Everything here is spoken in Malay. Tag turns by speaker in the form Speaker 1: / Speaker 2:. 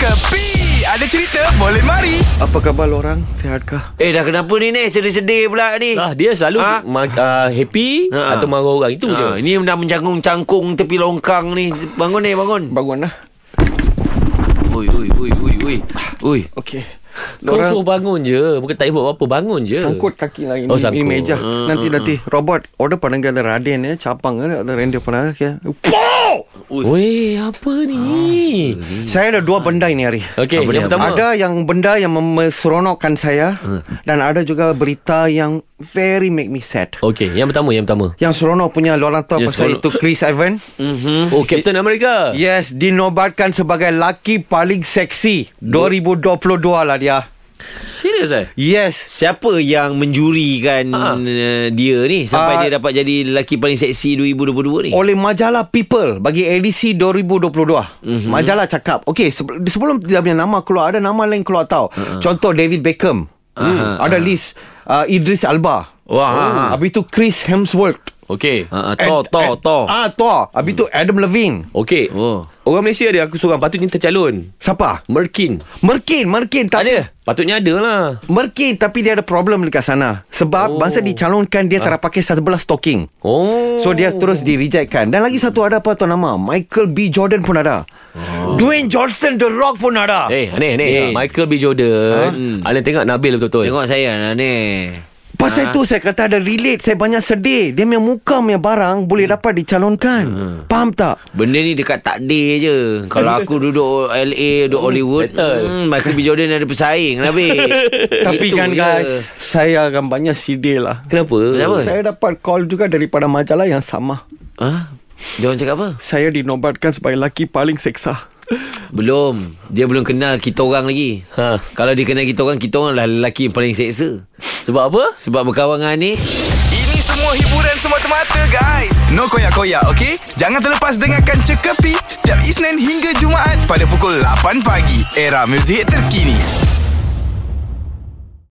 Speaker 1: Kepi Ada cerita boleh mari
Speaker 2: Apa khabar lorang? Sihatkah?
Speaker 3: Eh dah kenapa ni Nek Sedih-sedih pula ni
Speaker 4: Ah dia selalu
Speaker 3: Ah.
Speaker 4: ha? ma- uh, happy
Speaker 3: Ah.
Speaker 4: ha. atau marah orang itu ha.
Speaker 3: Ah,
Speaker 4: je.
Speaker 3: Ini dah mencangkung-cangkung Tepi longkang ni Bangun ni bangun
Speaker 2: Bangun lah
Speaker 3: Ui ui ui ui ui Ui
Speaker 2: Okey
Speaker 4: Kau
Speaker 2: Lorang
Speaker 4: suruh bangun je, bukan tak buat apa-apa, bangun je.
Speaker 2: sangkut kaki lah ini,
Speaker 4: Oh,
Speaker 2: oh,
Speaker 4: sangkut. ah,
Speaker 2: ini meja Nanti nanti Robot Order pandang ada raden ya Capang ya Ada render pandang okay.
Speaker 4: Weh, apa ni?
Speaker 2: Saya ada dua benda ini hari
Speaker 4: Okey,
Speaker 3: Ha. Apa
Speaker 4: Eh, yang
Speaker 3: dia?
Speaker 4: pertama. Ah.
Speaker 2: Ada yang benda yang memeseronokkan saya Dan ada juga berita yang Very make me sad
Speaker 4: Okey, yang pertama, yang pertama.
Speaker 2: Yang seronok punya Lorang tahu
Speaker 4: Yang
Speaker 2: pasal
Speaker 4: seronok.
Speaker 2: itu Chris Evans
Speaker 3: Hmm.
Speaker 4: Oh, Captain America.
Speaker 2: Yes Dinobatkan sebagai Laki paling seksi 2022 lah dia
Speaker 3: Serius eh
Speaker 2: Yes
Speaker 3: Siapa yang menjurikan
Speaker 4: Ah.
Speaker 3: uh, dia ni Sampai
Speaker 2: Ah.
Speaker 3: dia dapat jadi lelaki paling seksi 2022 ni
Speaker 2: oleh majalah People bagi edisi 2022. Mm-hmm. Majalah cakap, okey sebe- sebelum dia punya nama keluar ada nama lain keluar tau. Uh-huh. Contoh David Beckham.
Speaker 3: Ah,
Speaker 2: Uh-huh. Ada list uh, Idris Alba. Oh,
Speaker 3: Wah, ah, ah.
Speaker 2: Habis tu Chris Hemsworth.
Speaker 4: Okey.
Speaker 3: Ah, ah, Thor, Thor, Thor
Speaker 2: Ah, Thor. Habis tu Adam Levine.
Speaker 4: Okey.
Speaker 3: Oh.
Speaker 4: Orang Malaysia ada aku seorang patutnya tercalon.
Speaker 2: Siapa?
Speaker 4: Merkin.
Speaker 2: Merkin, Merkin tak ada.
Speaker 4: Patutnya ada lah.
Speaker 2: Merkin tapi dia ada problem dekat sana. Sebab oh.
Speaker 4: Oh.
Speaker 2: Ah. masa dicalonkan dia tak pakai 11 stocking.
Speaker 4: Oh.
Speaker 2: So dia terus di rejectkan Dan lagi satu ada apa tu nama Michael B. Jordan pun ada oh. Dwayne Johnson The Rock pun ada
Speaker 4: Eh, aneh aneh.
Speaker 3: Eh.
Speaker 4: Michael B Jordan. Ha? Alan tengok Nabil betul-betul.
Speaker 3: Tengok saya lah ni
Speaker 2: Pasal tu saya kata ada relate Saya banyak sedih Dia punya muka punya barang Boleh dapat dicalonkan Faham tak?
Speaker 3: Benda ni dekat takdir je Kalau aku duduk LA Duduk Hollywood
Speaker 4: settle.
Speaker 3: hmm, Michael B. Jordan ada pesaing lah babe
Speaker 2: Tapi
Speaker 3: Itu
Speaker 2: kan
Speaker 3: je.
Speaker 2: guys Saya akan banyak sedih lah
Speaker 4: Kenapa?
Speaker 3: Kenapa?
Speaker 2: Saya dapat call juga daripada majalah yang sama
Speaker 3: Ha? Dia orang cakap apa?
Speaker 2: Saya dinobatkan sebagai laki paling seksa
Speaker 3: Belum Dia belum kenal kita orang lagi
Speaker 4: Ha.
Speaker 3: Kalau dia kenal kita orang Kita orang lah lelaki yang paling seksa
Speaker 4: Sebab apa?
Speaker 3: Sebab berkawan dengan ni
Speaker 1: Ini semua hiburan semata-mata guys No koyak-koyak ok Jangan terlepas dengarkan Cekapi Setiap Isnin hingga Jumaat Pada pukul 8 pagi Era muzik terkini